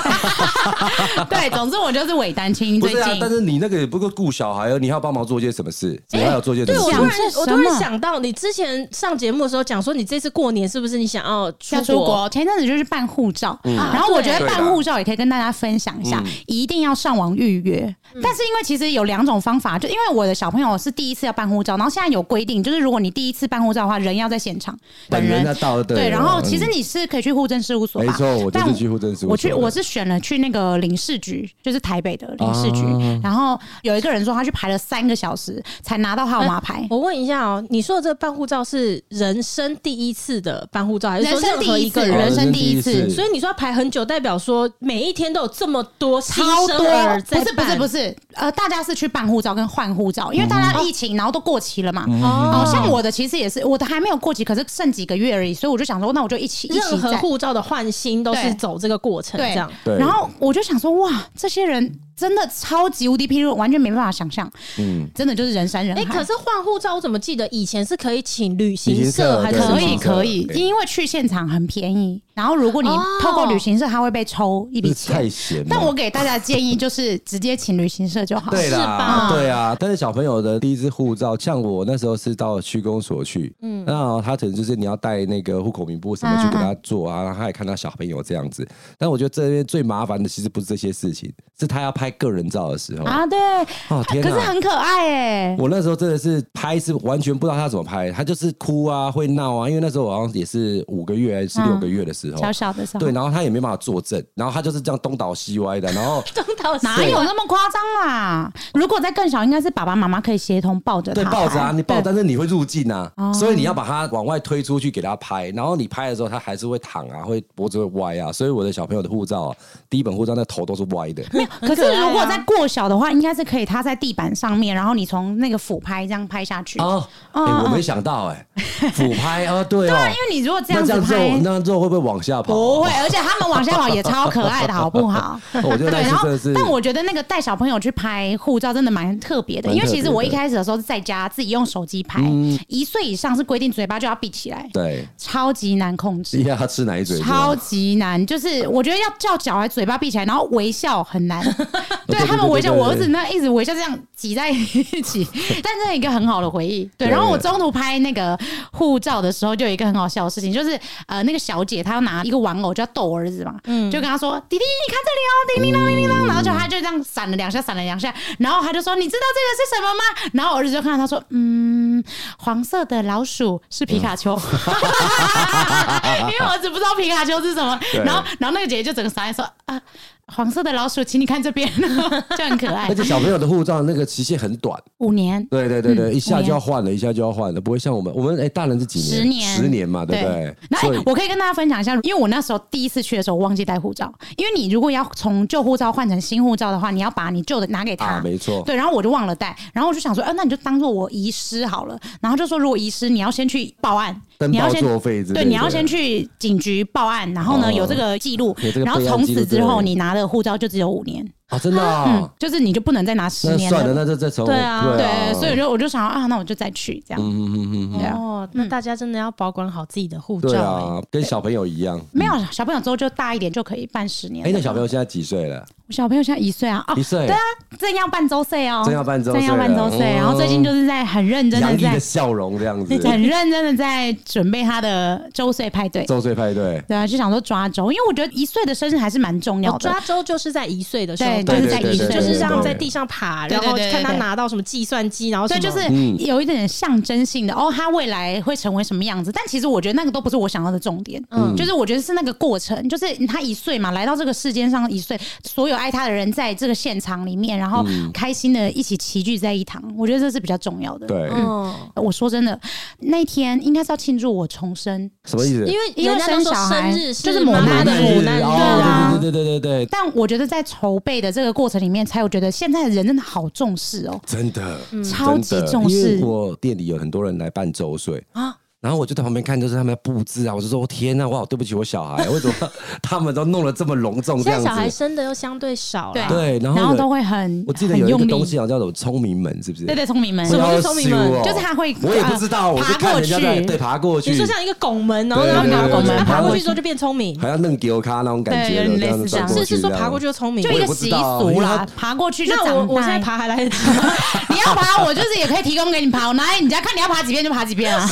S3: 对，总之我就是伪单亲
S2: 不
S3: 最
S2: 是啊，但
S3: 近。哎
S2: 是你那个也不够顾小孩哦，你还要帮忙做些什么事？你还要做些什
S1: 对，
S2: 么
S1: 我
S2: 事
S1: 突
S3: 想
S1: 然
S3: 这是
S1: 我突然
S3: 什么
S1: 想到，你之前上节目的时候讲说，你这次过年是不是你想要出嗯
S3: 要出国，前阵子就是办护照，然后我觉得
S2: 啊对
S3: 办护照也可以跟大家分享一下，一定要上网预约。
S1: 嗯
S3: 但是因为其实有两种方法，就因为我的小朋友是第一次要办护照，然后现在有规定，就是如果你第一次办护照的话，人要在现场，
S2: 本人
S3: 人
S2: 要到对
S3: 对。然后
S2: 嗯
S3: 其实你是可以去户政事务所吧，
S2: 没错我就是
S3: 但
S2: 去户政事务所
S3: 我去
S2: 的
S3: 我是选了去那个领事局，就是台北的领事局。
S2: 啊
S3: 然后有一个人说他去排了三个小时才拿到号码牌。
S1: 我问一下哦，你说的这个办护照是人生第一次的办护照，还是
S3: 人
S1: 哎说
S3: 生
S1: 任何
S3: 第一
S1: 一
S3: 次，
S1: 个
S2: 哦
S1: 人
S3: 人？生第一
S2: 人生
S3: 次
S2: 第一，次
S1: 所以你说要排很久，代表说每一天都有这么多新
S3: 超
S1: 生
S3: 多
S1: 儿，在
S3: 不是不是
S1: 办
S3: 不是，呃，大家是去办护照跟换护照，因为大家疫情，然后都过期了嘛。
S2: 嗯
S1: 哦
S3: 哦，像我的其实也是，我的还没有过期，可是剩几个月而已，所以我就想说，那我就一起一起
S1: 任何
S3: 在。
S1: 护照的换新都是
S3: 对
S1: 走这个过程，这
S3: 对
S1: 样。
S2: 对
S3: 然后我就想说，哇，这些人真的超级无敌拼，完全没办法想象，嗯，真的就是人山人
S1: 哎、
S3: 海。
S1: 可是换护照，我怎么记得以前是可以请旅
S2: 旅
S1: 行
S2: 行
S1: 社
S2: 社
S1: 还是
S2: 对
S1: 什
S3: 可
S1: 么
S2: 是
S3: 以可以，
S2: 对
S3: 因为去现场很便宜，然后如果你
S1: 哦
S3: 透过旅行社，他会被抽一笔
S2: 不是太
S3: 钱。
S2: 闲了。
S3: 但我给大家的建议就是直接请旅行社就好。
S2: 对
S1: 是吧
S2: 啦，对啊，但是小朋友的第一支护照，像我那时候是到区公所去，嗯，那他可能就是你要带那个户口名簿什么去给他做啊，然后他也看到小朋友这样子。但我觉得这边最麻烦的其实不是这些事情，是他要拍拍个人照的时候，
S3: 啊，对，
S2: 哦天
S3: 可是
S2: 哪
S3: 很可爱哎、
S2: 我那时候真的是拍是完全不知道他怎么拍，他就是哭啊，会闹啊，因为那时候我好像也是五个月还是六个月的时候，
S3: 小小的时候，
S2: 对，然后他也没办法作证，然后他就是这样东倒西歪的，然后
S1: 中岛是
S3: 哪有那啊么夸张啦？如果再更小，应该是爸爸妈妈可以协同抱着他
S2: 对
S3: 吧，
S2: 抱着啊，你抱，
S3: 对哦
S2: 但是你会入镜啊，所以你要把他往外推出去给他拍，然后你拍的时候他还是会躺啊，会脖子会歪啊，所以我的小朋友的护照啊第一本护照那头都是歪 的，哎
S3: 没有，可
S1: 可爱
S3: 是
S1: 啊
S3: 如果再过小的话，应该是可以，他在地板上面，然后你从那个俯拍这样拍下去。
S2: 哦，哎、我没想到哎、俯拍啊，对哦，
S3: 因为你如果这
S2: 那
S3: 样
S2: 这
S3: 子
S2: 样肉
S3: 拍，哦
S2: 那肉会不会往下跑？
S3: 不会，而且他们往下跑也超可爱的，好不好？
S2: 哦我觉得那
S3: 对，
S2: 次
S3: 然后
S2: 真的是，
S3: 但我觉得那个带小朋友去拍护照真的蛮特别的，
S2: 蛮
S3: 因
S2: 特别
S3: 为
S2: 的嗯
S3: 其实我一开始的时候是在家自己用手机拍，一岁以上是规定嘴巴就要闭起来，
S2: 对，
S3: 超级难控制
S2: 一。下他吃哪一嘴？
S3: 超级难，就是我觉得要叫小孩嘴巴闭起来，然后微笑 很难。对
S2: 对
S3: 他们
S2: 对
S3: 微笑，
S2: 对对
S3: 我儿子那一直微笑这样挤在一 起，但这是一个很好的回忆。对，
S2: 对
S3: 然后我中途拍那个护照的时候，就有一个很好笑的事情，就是呃，那个小姐她要拿一个玩偶，就要逗我儿子嘛，
S2: 嗯
S3: 就跟他说：“弟弟，你看这里哦，叮叮当叮叮当。”然后就他就这样闪了两下，闪了两下，然后他就说：“你知道这个是什么吗？”然后我儿子就看到他说：“嗯，黄色的老鼠是皮卡丘。” 因为我只不知道皮卡丘是什么
S2: 嗯对。
S3: 然后，然后那个姐姐就整个傻眼说啊，黄色的老鼠，请你看这边， 就很可爱
S2: 而。且小朋友的护照那个期限很短，
S3: 五年，
S2: 对对对对，一下
S3: 五年
S2: 就要换了，一下就要换了，不会像我们，我们哎、大人是几年？
S3: 嗯十年，
S2: 十年嘛，对不对？
S3: 那哎
S2: 所以
S3: 我可以跟大家分享一下，因为我那时候第一次去的时候，我忘记带护照，因为你如果要从旧护照换成新护照的话，你要把你旧的拿给他。
S2: 啊，没错，
S3: 对，然后我就忘了带，然后我就想说，呃，那你就当做我遗失好了。然后就说，如果遗失，你要先去报案，
S2: 登
S3: 你要
S2: 报
S3: 先
S2: 作废之类的
S3: 对，你要先去警局报案，然后呢、
S2: 哦
S3: 有这个记录
S2: 有这，个
S3: 然后
S2: 备案
S3: 从
S2: 记录
S3: 此之
S2: 对
S3: 后你拿的护照就只有五年，
S2: 啊，真的、啊，
S3: 就是你就不能再拿十
S2: 那
S3: 嗯年
S2: 算了，那就再从
S1: 对啊
S3: 对，所以我就我就想啊，那我就再去这样。
S2: 嗯嗯嗯嗯嗯，
S1: 哦，那大家真的要保管好自己的护
S2: 对
S3: 哦
S1: 照、哎
S2: 啊，跟小朋友一样。
S3: 欸没有小朋友之后就大一点就可以办十年
S2: 哎、
S3: 了。
S2: 那小朋友现在几岁了？
S3: 我小朋友现在一岁啊，哦
S2: 一，岁，
S3: 对啊，正要办周岁哦，
S2: 正要办周岁
S3: 正要办周岁。
S2: 了哦
S3: 然后最近就是在很认真
S2: 洋
S3: 的
S2: 溢的
S3: 在
S2: 笑容这样子，
S3: 很认真的在准备他的周岁派对。
S2: 周岁派对。
S3: 对啊，就想说抓周，因为我觉得一岁的生日还是蛮重
S1: 哦，
S3: 要的。
S1: 抓周就是在一岁的时候
S3: 对，
S1: 办
S3: 就是在
S2: 对对
S3: 一岁，
S2: 对
S1: 就是
S2: 这
S1: 让
S2: 样
S1: 他在地上爬，
S3: 对
S1: 然
S3: 对
S1: 后
S3: 对对
S1: 看他
S3: 对
S1: 拿到什么计算机，然后
S3: 所以
S1: 哦什
S3: 就
S1: 么
S3: 是
S2: 嗯
S3: 有一点象征性的、哦，他未来会成为什么样子？但其实我觉得那个都不是我想要的重点，嗯，就是我觉得是那个过程，就是他一岁嘛，来到这个世间上一岁，所有爱他的人在这个现场里面，然后
S2: 嗯
S3: 开心的一起齐聚在一堂，我觉得这是比较重要的。，
S2: 对，
S1: 嗯，
S3: 我说真的，那天应该是要庆祝我重生，
S2: 什么意思？
S1: 因为
S3: 因为
S1: 人家都
S3: 生
S1: 说
S3: 小孩
S1: 生日
S3: 就是母
S1: 妈妈
S3: 难
S1: 的
S3: 日
S1: 母
S2: 日
S1: 难日
S2: 哦
S1: 啊，
S2: 对对对对对对，
S3: 但我觉得在筹备的这个过程里面，才有觉得现在的人真的好重视哦，
S2: 真的，
S3: 超级
S2: 嗯真的
S3: 重视
S2: 因为我店里有很多人来办周岁啊。然后我就在旁边看，就是他们在布置啊，我就说：“我天呐，我好对不起我小孩，为什么 他们都弄得这么隆重
S1: 现
S2: 这
S1: 在
S2: 样
S1: 小孩
S2: 子
S1: 生的又相对少
S3: 对
S1: 了，？”
S2: 对，然
S3: 然
S2: 后呢
S3: 都会很
S2: 我记得
S3: 很
S2: 有一
S3: 用
S2: 个
S3: 力
S2: 东西好像叫什么聪明门，是不是？
S3: 对对，聪明们
S1: 什。么是聪明门
S2: 不要修哦
S3: 就是他会
S2: 我也不知道，
S3: 呃
S2: 我是看人家
S3: 爬过
S2: 在
S3: 去
S2: 对爬过去
S1: 你，说像一个拱门，然后
S2: 对
S1: 然后
S2: 对
S1: 爬
S2: 对
S1: 过
S2: 对
S1: 去，爬过
S2: 对
S1: 去之后就变聪明，
S2: 还要弄丢咖那种感觉
S3: 对有
S2: 的，
S3: 点
S2: 这样
S3: 类
S2: 子
S3: 似这
S2: 转
S3: 样
S2: 过
S1: 是
S2: 去
S1: 是
S2: 这
S1: 说
S2: 样
S1: 爬过去就聪明
S3: 就
S2: 我
S3: 一
S2: 也
S3: 个
S2: 不
S3: 习
S2: 知道
S3: 俗
S2: 因为
S3: 啦
S2: 它，
S3: 爬过去就
S1: 那我
S3: 长
S1: 我现
S3: 大
S1: 在。爬 还来得及，
S3: 你要爬，我就是也可以提供给你爬， 我拿来你家看你要爬几遍就爬几 遍啊。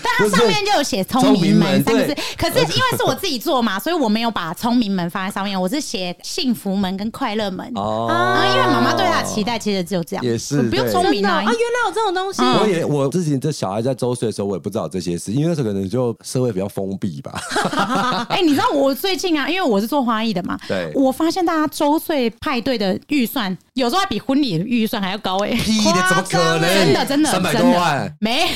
S3: 但它上面就有写“聪明门”
S2: 不
S3: 三
S2: 是
S3: 个
S2: 聪明门
S3: 字
S2: 对，
S3: 可是因为是我自己做嘛，所以我没有把“聪明门”放在上面，我是写“幸福门”跟“快乐门”。啊，
S2: 哦
S3: 因为妈妈对他的期待其实只有这样，
S2: 也是
S3: 不用
S2: 对
S3: 聪明
S1: 啊，
S3: 啊
S1: 原。来有这种东西，
S2: 我也我自己这小孩在周岁的时候，我也不知道这些事，因为那时候可能就社会比较封闭 吧。
S3: 哎，你知道我最近啊，因为我是做花艺的嘛，
S2: 对
S3: 我发现大家周岁派对的预算有时候还比婚礼的预算还要高哎。欸
S2: 屁的，怎么可能？
S3: 真的真的
S2: 三百
S3: 真
S2: 多
S3: 的
S2: 万。
S3: 没有，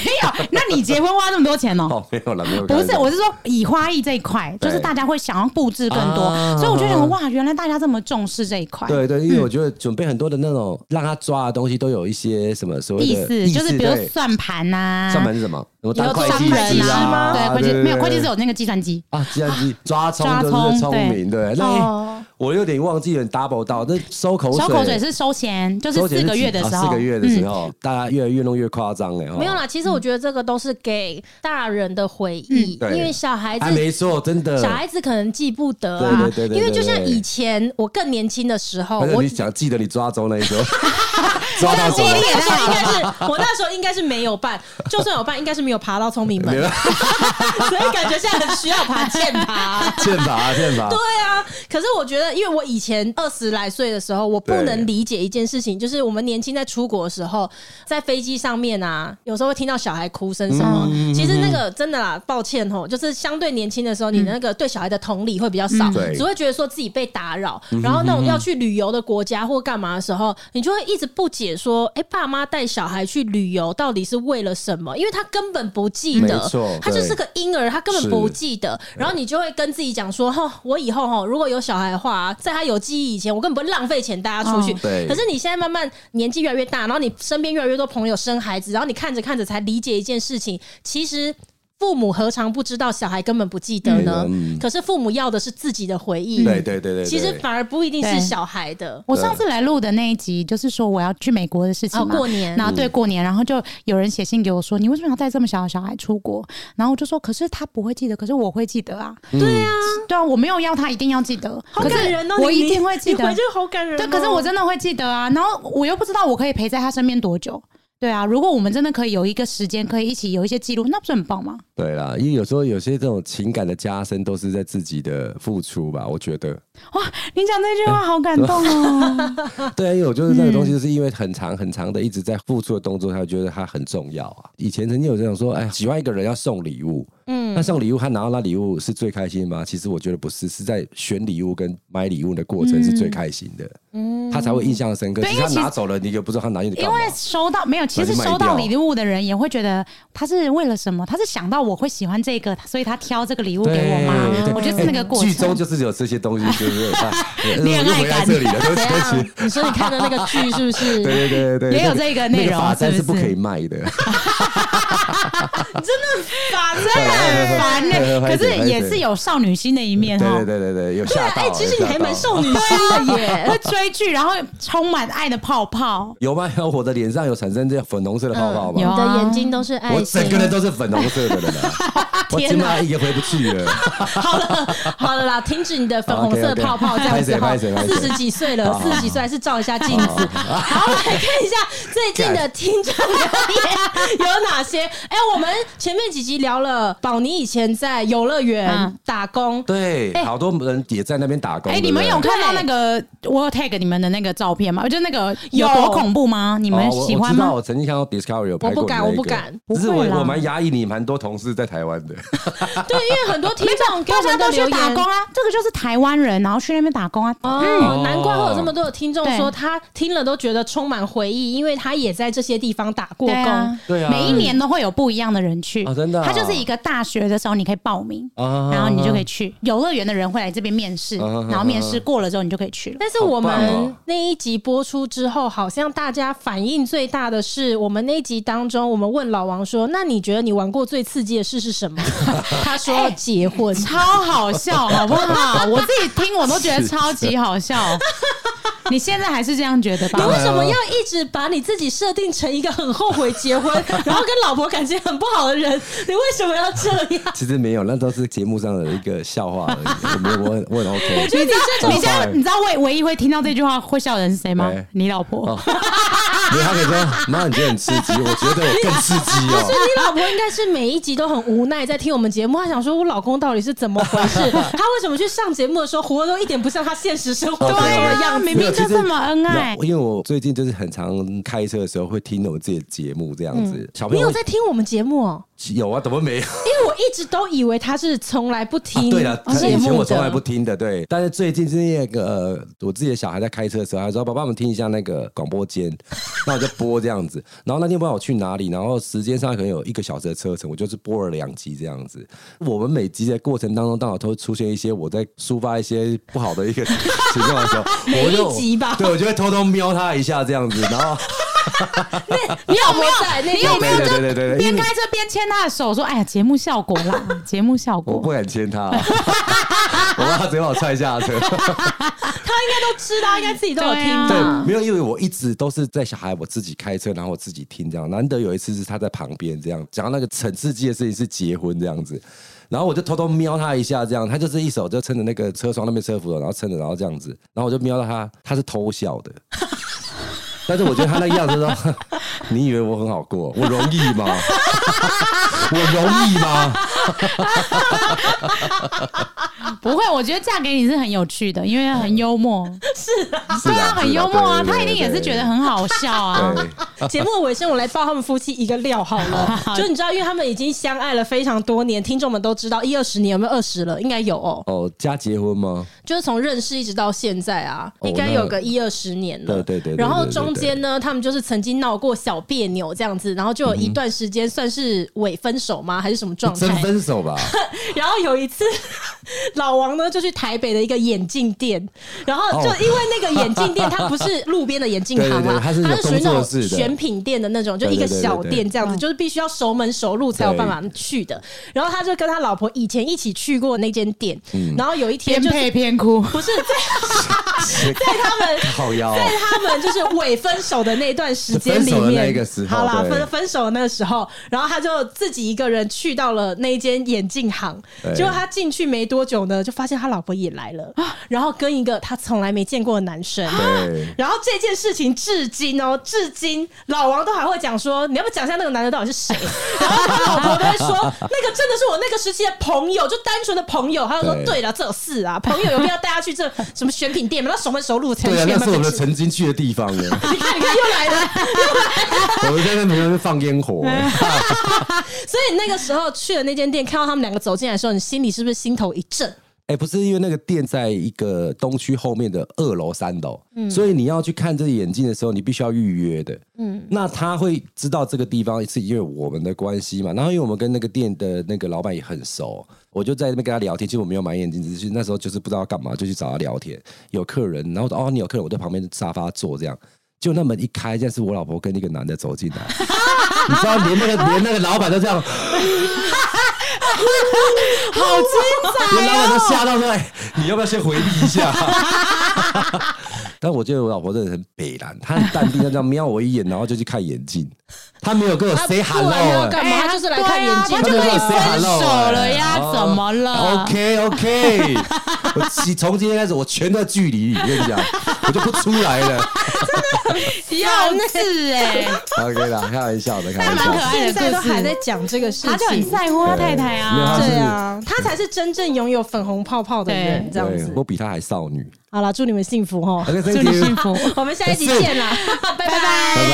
S3: 那你结婚花那么多钱哦、
S2: 哦，没有了，没有开
S3: 不
S2: 玩笑。
S3: 是，我是说以花艺这一块，
S2: 对
S3: 就是大家会想要布置更多，
S2: 啊
S3: 所以我就想说，哇，原来大家这么重视这一块。
S2: 对对，因为我觉得准备很多的那种让他抓的东西，都有一些什么所谓
S3: 意
S2: 的
S3: 思就是，比如
S2: 对
S3: 算盘啊呐、
S2: 上门是什么，什么当
S1: 有
S2: 会
S1: 商
S2: 计
S1: 人
S2: 师
S1: 啊
S2: 啊，
S3: 对，会计没有会计是有那个计算机。
S2: 啊，计算机抓葱
S3: 抓
S2: 就是
S3: 葱
S2: 聪
S3: 对
S2: 明，对。那
S3: 哦
S2: 我有点忘记了 double 到，那收口水，
S3: 收口水是收钱，就是
S2: 收钱
S3: 四
S2: 是
S3: 个
S2: 几
S3: 月的
S2: 啊
S3: 时候，嗯
S2: 四个月的时候，大家越来越弄越夸张哎，哦
S1: 没有啦，，其实我觉得这个都是给大人的回忆，
S2: 嗯对
S1: 因为小孩子
S2: 还没错，真的。
S1: 小孩子可能记不得啊，
S2: 对对对对
S1: 因为就像
S2: 对
S1: 以前我更年轻的时候，
S2: 但是
S1: 我
S2: 你想记得你抓周那一周， 抓到手
S1: 我
S2: 了，
S1: 那时候应该是，我那时候应该是没有办，就算有办，应该是没有爬到聪明 门，所以感觉现在很需要爬健爬。
S2: 欠罚欠罚
S1: 对。啊，可是我觉得，因为我以前二十来岁的时候，我不
S2: 对
S1: 能理解一件事情，就是我们年轻在出国的时候，在飞机上面啊，有时候会听到小孩哭声什
S2: 嗯
S1: 么。其实那个真的啦，抱歉吼，就是相对年轻的时候，你那个对小孩的同理会比较少，
S2: 嗯对嗯
S1: 只会觉得说自己被打扰。然后那种要去旅游的国家或干嘛的时候，你就会一直不解说，哎，爸妈带小孩去旅游到底是为了什么？因为他根本不记
S2: 没
S1: 得
S2: 错，
S1: 他就是
S2: 对
S1: 个。个婴儿，他根本
S2: 是
S1: 不记得，然后你就会跟自己讲说：“吼，我以后哦吼，如果有小孩的话啊、在他有记忆以前，我根本不会浪费钱带他出去。
S3: 哦
S2: 对
S1: 可是你现在慢慢年纪越来越大，然后你身边越来越多朋友生孩子，然后你看着看着才理解一件事情，其实。父母何尝不知道小孩根本不记得呢？
S2: 嗯
S1: 可是父母要的是自己的回忆，
S2: 对对对对，
S1: 其实
S2: 对
S1: 反而不一定是
S3: 对
S1: 小孩的。
S3: 我上次来录的那一集，就是说我要去美国的事情嘛，
S1: 哦过年
S3: 然后对过年，然后就有人写信给我说，你为什么要带这么小的小孩出国？然后我就说，可是他不会记得，可是我会记得啊，
S1: 对啊，
S2: 嗯
S3: 对啊，我没有要他一定要记得，
S1: 好
S3: 可是
S1: 感人哦！
S3: 我
S1: 你
S3: 一定会记
S1: 你回
S3: 得
S1: 去，好感人、哦。
S3: 对，可是我真的会记得啊。然后我又不知道我可以陪在他身边多久，对啊，如果我们真的可以有一个时间，可以一起有一些记录，那不是很棒吗？
S2: 对啦，因为有时候有些这种情感的加深都是在自己的付出吧，我觉得。
S3: 哇，你讲这句话好感动哦。
S2: 对啊，因为我就是那个东
S3: 嗯
S2: 西，就是因为很长很长的一直在付出的动作，才觉得它很重要啊。以前曾经有这种说，哎，喜欢一个人要送礼物，嗯，那送礼物他拿到那礼物是最开心吗？其实我觉得不是，是在选礼物跟买礼物的过程是最开心的，嗯，他才会印象深刻。
S3: 对
S2: 只是他
S3: 因为其实
S2: 拿走了，你也不知道他拿你
S3: 因
S2: 干嘛
S3: 为。收到没有，其实
S2: 那就卖
S3: 收
S2: 掉
S3: 到礼物的人也会觉得他是为了什么？他是想到我会喜欢这个，所以他挑这个礼物给我
S2: 对
S3: 吗
S2: 对？
S3: 我觉得是那个过
S2: 剧中
S3: 程。
S2: 就是有这些东西，对不 对？哎
S3: 恋
S2: 又
S3: 爱
S2: 回到
S3: 感
S2: 这里 了，对不
S1: 怎
S2: 起对不
S1: 样
S2: 起。？
S1: 啊你说你看的那个剧是不是？
S2: 对对对对，
S3: 也有
S2: 那
S3: 这个内容
S2: 那法簪是
S3: 是不
S2: 不
S3: 是
S2: 可以卖的。
S1: 烦欸
S3: 真的很烦呢、
S2: 对对对
S3: 可是也是有少女心的一面
S2: 对
S3: 哈
S2: 对。对对对，有
S3: 啊
S2: 吓到。
S1: 哎，其实你
S2: 有吓
S1: 还蛮
S2: 到
S1: 少女心的耶。
S3: 会追剧，然后充满爱的泡泡。
S2: 有吗？我的脸上有产生这粉红色的泡泡吗？
S3: 嗯有
S1: 你的眼睛都是
S2: 我
S1: 爱心。
S2: 整个人都是粉红色的 了啦，我今晚也回不去了。
S1: 好了，好了啦，停止你的粉红色
S2: OK，OK
S1: 泡泡，这样子哈。
S2: 啊拍谁拍谁拍谁
S1: 四十几岁了，四十几岁还是照一下镜子。好，我们来看一下最近的听众留言有哪些。哎，我们前面几集聊了宝妮以前在游乐园
S3: 嗯
S1: 打工，
S2: 对，好多人也在那边打工。对不对
S3: 哎、你们有看到那个我有 tag 你们的那个照片吗？就那个有
S1: 有
S3: 多恐怖吗？你们
S2: 哦我
S3: 喜欢
S2: 我知道，
S3: 吗？
S2: 我曾经看到 Discovery 有拍
S1: 我
S2: 过
S1: 不敢
S2: 你那
S1: 我不
S2: 个
S1: 敢
S2: 只是
S3: 不会啦
S2: 我我蛮压抑你，蛮多同事在台湾的。
S1: 对，因为很多听众给我
S3: 大家
S1: 们
S3: 都
S1: 的
S3: 去
S1: 留
S3: 打
S1: 言
S3: 工。啊，这个就是台湾人，然后去那边打工啊。
S1: 哦，
S2: 嗯
S1: 难怪会有这么多的听众
S3: 对
S1: 说他听了都觉得充满回忆，因为他也在这些地方打过
S3: 对
S1: 工
S3: 啊。，
S2: 对啊
S3: 每一年都会有不一样的人去，
S2: 哦真的啊
S3: 它就是一个大学的时候你可以报名，
S2: 啊
S3: 然后你就可以去。游乐园的人会来这边面试，
S2: 啊哈
S3: 然后面试过了之后你就可以去了。
S1: 但是我
S2: 好棒
S1: 们
S2: 哦
S1: 那一集播出之后，好像大家反应最大的是，我们那一集当中，我们问老王说：“那你觉得你玩过最刺激的事是什 么？”他说：“结婚。
S3: 超好笑，好 不好？我自己听我都觉得超级好笑。你现在还是这样觉得吧
S1: 你？为什么要一直把你自己设定成一个很后悔结婚，然后跟老婆感情很不好的人？ 你为什么要这样？
S2: 其实没有，那都是节目上的一个笑话而已。我没有我很我很 OK。
S1: 觉得你这
S3: 你
S1: 种
S3: 知道你知道唯唯一会听到这句话会笑的人是谁吗
S2: 哎？
S3: 你老婆
S2: 哦。因为他可以说：“妈，你觉得很刺激，我觉得我更刺激哦。”
S1: 你老婆应该是每一集都很无奈，在听我们节目，她想说我老公到底是怎么回事？ 他为什么去上节目的时候活得都一点不像他现实生活中的样子？
S3: 明啊明就这么恩
S2: 没
S3: 爱
S2: 有，因为我最近就是很常开车的时候会听我自己的节目这样子，
S3: 嗯
S2: 小朋
S1: 你
S2: 友
S1: 有在听我们节目哦、
S2: 有啊，怎么没有？
S1: 因为我一直都以为他是从来不听、
S2: 啊 对了，他
S1: 节
S2: 以前
S1: 目的，
S2: 我从来不听的，对。但是最近是那个呃，我自己的小孩在开车的时候，他说：“爸爸，我们听一下那个广播间。”那我就播这样子。然后那天不知道我去哪里，然后时间上可能有一个小时的车程，我就是播了两集这样子。我们每集的过程当中，刚好都会出现一些我在抒发一些不好的一个情况的时候，我就
S1: 每一集吧
S2: 对我就会偷偷瞄他一下这样子，然后。
S1: 你
S2: 啊
S1: 有没有？你
S3: 你有没有
S2: 对
S3: 就
S2: 对对对对
S3: 边开车边牵他的手说：“哎呀，节目效果 啦，节目效
S2: 我不
S3: 果。
S2: 敢牵他、 我怕他直接把我踹下车。
S1: 他应该都知道，应该自己都有听
S3: 对
S1: 吧
S3: 啊？
S2: 没有，因为我一直都是在小孩我自己开车，然后我自己听这样。难得有一次是他在旁边这样讲到那个很刺激的事情是结婚这样子，然后我就偷偷瞄他一下这样，他就是一手就撑着那个车窗那边车扶手，然后撑着，然后这样子，然后我就瞄到他，他是偷笑的。但是我觉得他那个样子说，哼你以为我很好过？我容易吗？
S3: 啊
S2: 我容易吗？”
S3: 不会，我觉得嫁给你是很有趣的，因为很幽默。
S2: 是
S3: 对啊，
S2: 啊，
S3: 很幽默啊，
S2: 是啊
S3: 他一定也是觉得。很好笑啊。
S2: 对对对对
S1: 节目的尾声，我来爆他们夫妻一个料好 了。就你知道，因为他们已经相爱了非常多年，听众们都知道一二十年有没有二十了？应该有哦，
S2: 哦，加结婚吗？
S1: 就是从认识一直到现在啊，
S2: 哦
S1: 应该有个一二十年了。
S2: 对对对对
S1: 然后
S2: 对对
S1: 中间呢，他们就是曾经闹过小别扭这样子，然后
S2: 嗯
S1: 就有一段时间算是伪分手吗？还是什么状
S2: 真
S1: 态？
S2: 分手 吧？
S1: 然后有一次，老王呢就去台北的一个眼镜店，然后就
S2: 哦
S1: 因为那个眼镜店，它不是路边的眼镜行
S2: 对
S1: 嘛，
S2: 对对它是有
S1: 属于那
S2: 工
S1: 种
S2: 作室的
S1: 选品店的那种，就一个小店这样子，就是必须要熟门熟路才有办法去的。然后他就跟他老婆以前一起去过那间店，
S2: 嗯
S1: 然后有一天
S3: 边
S1: 就是
S3: 配边哭，
S1: 不是在在他们
S2: 好妖哦，
S1: 在他们就是伪分手的那段时间里
S2: 分手的
S1: 面，
S2: 那个时候
S1: 好啦，
S2: 对
S1: 分分手的那个时候，然后他就自己一个人去到了那一间眼镜行，
S2: 对
S1: 结果他进去没多久呢，就发现他老婆也来 了，然后跟一个他从来没见过的男生。
S2: 对，
S1: 然后这件事情至今哦，至今老王都还会讲说，你要不要讲一下那个男的到底是 谁？然后他老婆都会说，那个真的是我那个时期的朋友，就单纯的朋友。他就说，
S2: 对
S1: 对了，这有事啊，朋友有必要带他去这什么选品店吗？那熟门熟路才
S2: 对啊，
S1: 去
S2: 那
S1: 嘛
S2: 是我们
S1: 真
S2: 曾经去的地方呢。
S1: 你看， 你看，又来了。
S2: 我们在那边是放烟火，
S1: 所以那个时候去了那间店，看到他们两个走进来的时候，你心里是不是心头一震？
S2: 哎、不是因为那个店在一个东区后面的二楼、三楼，所以你要去看这个眼镜的时候，你必须要预约的。嗯，那他会知道这个地方是因为我们的关系嘛，然后因为我们跟那个店的那个老板也很熟，我就在那边跟他聊天。其实我没有买眼镜，只是那时候就是不知道要干嘛，就去找他聊天。有客人，然后我说哦，你有客人，我在旁边沙发坐这样。就那门一开，这是我老婆跟一个男的走进来， 你知道，连那个连那个老板都这 样。
S1: 好精
S3: 哦
S1: 彩！
S2: 连老板都吓到说：“哎，你要不要先回避一下？” 但我觉得我老婆真的很北蓝，她很淡定，她这样瞄我一眼，然后就去看眼镜。她没有跟我 say
S1: 不然要
S2: hello
S1: 干
S2: 哎、
S1: 嘛？
S3: 哎
S1: 他就是来看眼镜，
S2: 她
S3: 对啊他就
S2: 没有跟
S3: 跟你
S2: 我 say
S3: 分
S2: hello
S3: 手
S2: 哎
S3: 了呀
S1: 啊
S2: 哦
S3: 怎么了
S2: ？OK OK，我 起从今天开始，我全在距离里，我跟你讲，我就不出来了。
S3: 要 是哎，
S2: OK 啦，开玩笑的，
S1: 他
S2: 开玩
S1: 们
S2: 笑
S1: 到
S3: 蛮可
S2: 的。
S3: 爱
S1: 现
S3: 的
S1: 在都
S3: 故事
S1: 还在讲这个事情，
S3: 他就很在乎他太太
S2: 没有
S3: 啊
S2: 他。
S1: 对啊，他才是真正拥有粉红泡泡的人，这样
S2: 对
S1: 子，。
S2: 我比她还少女。
S1: 好了，祝你们幸福哦！
S2: OK，
S3: 祝
S2: thank
S3: 你
S2: you，
S3: 幸福。
S1: 我们下一集见啦，拜拜
S2: 拜。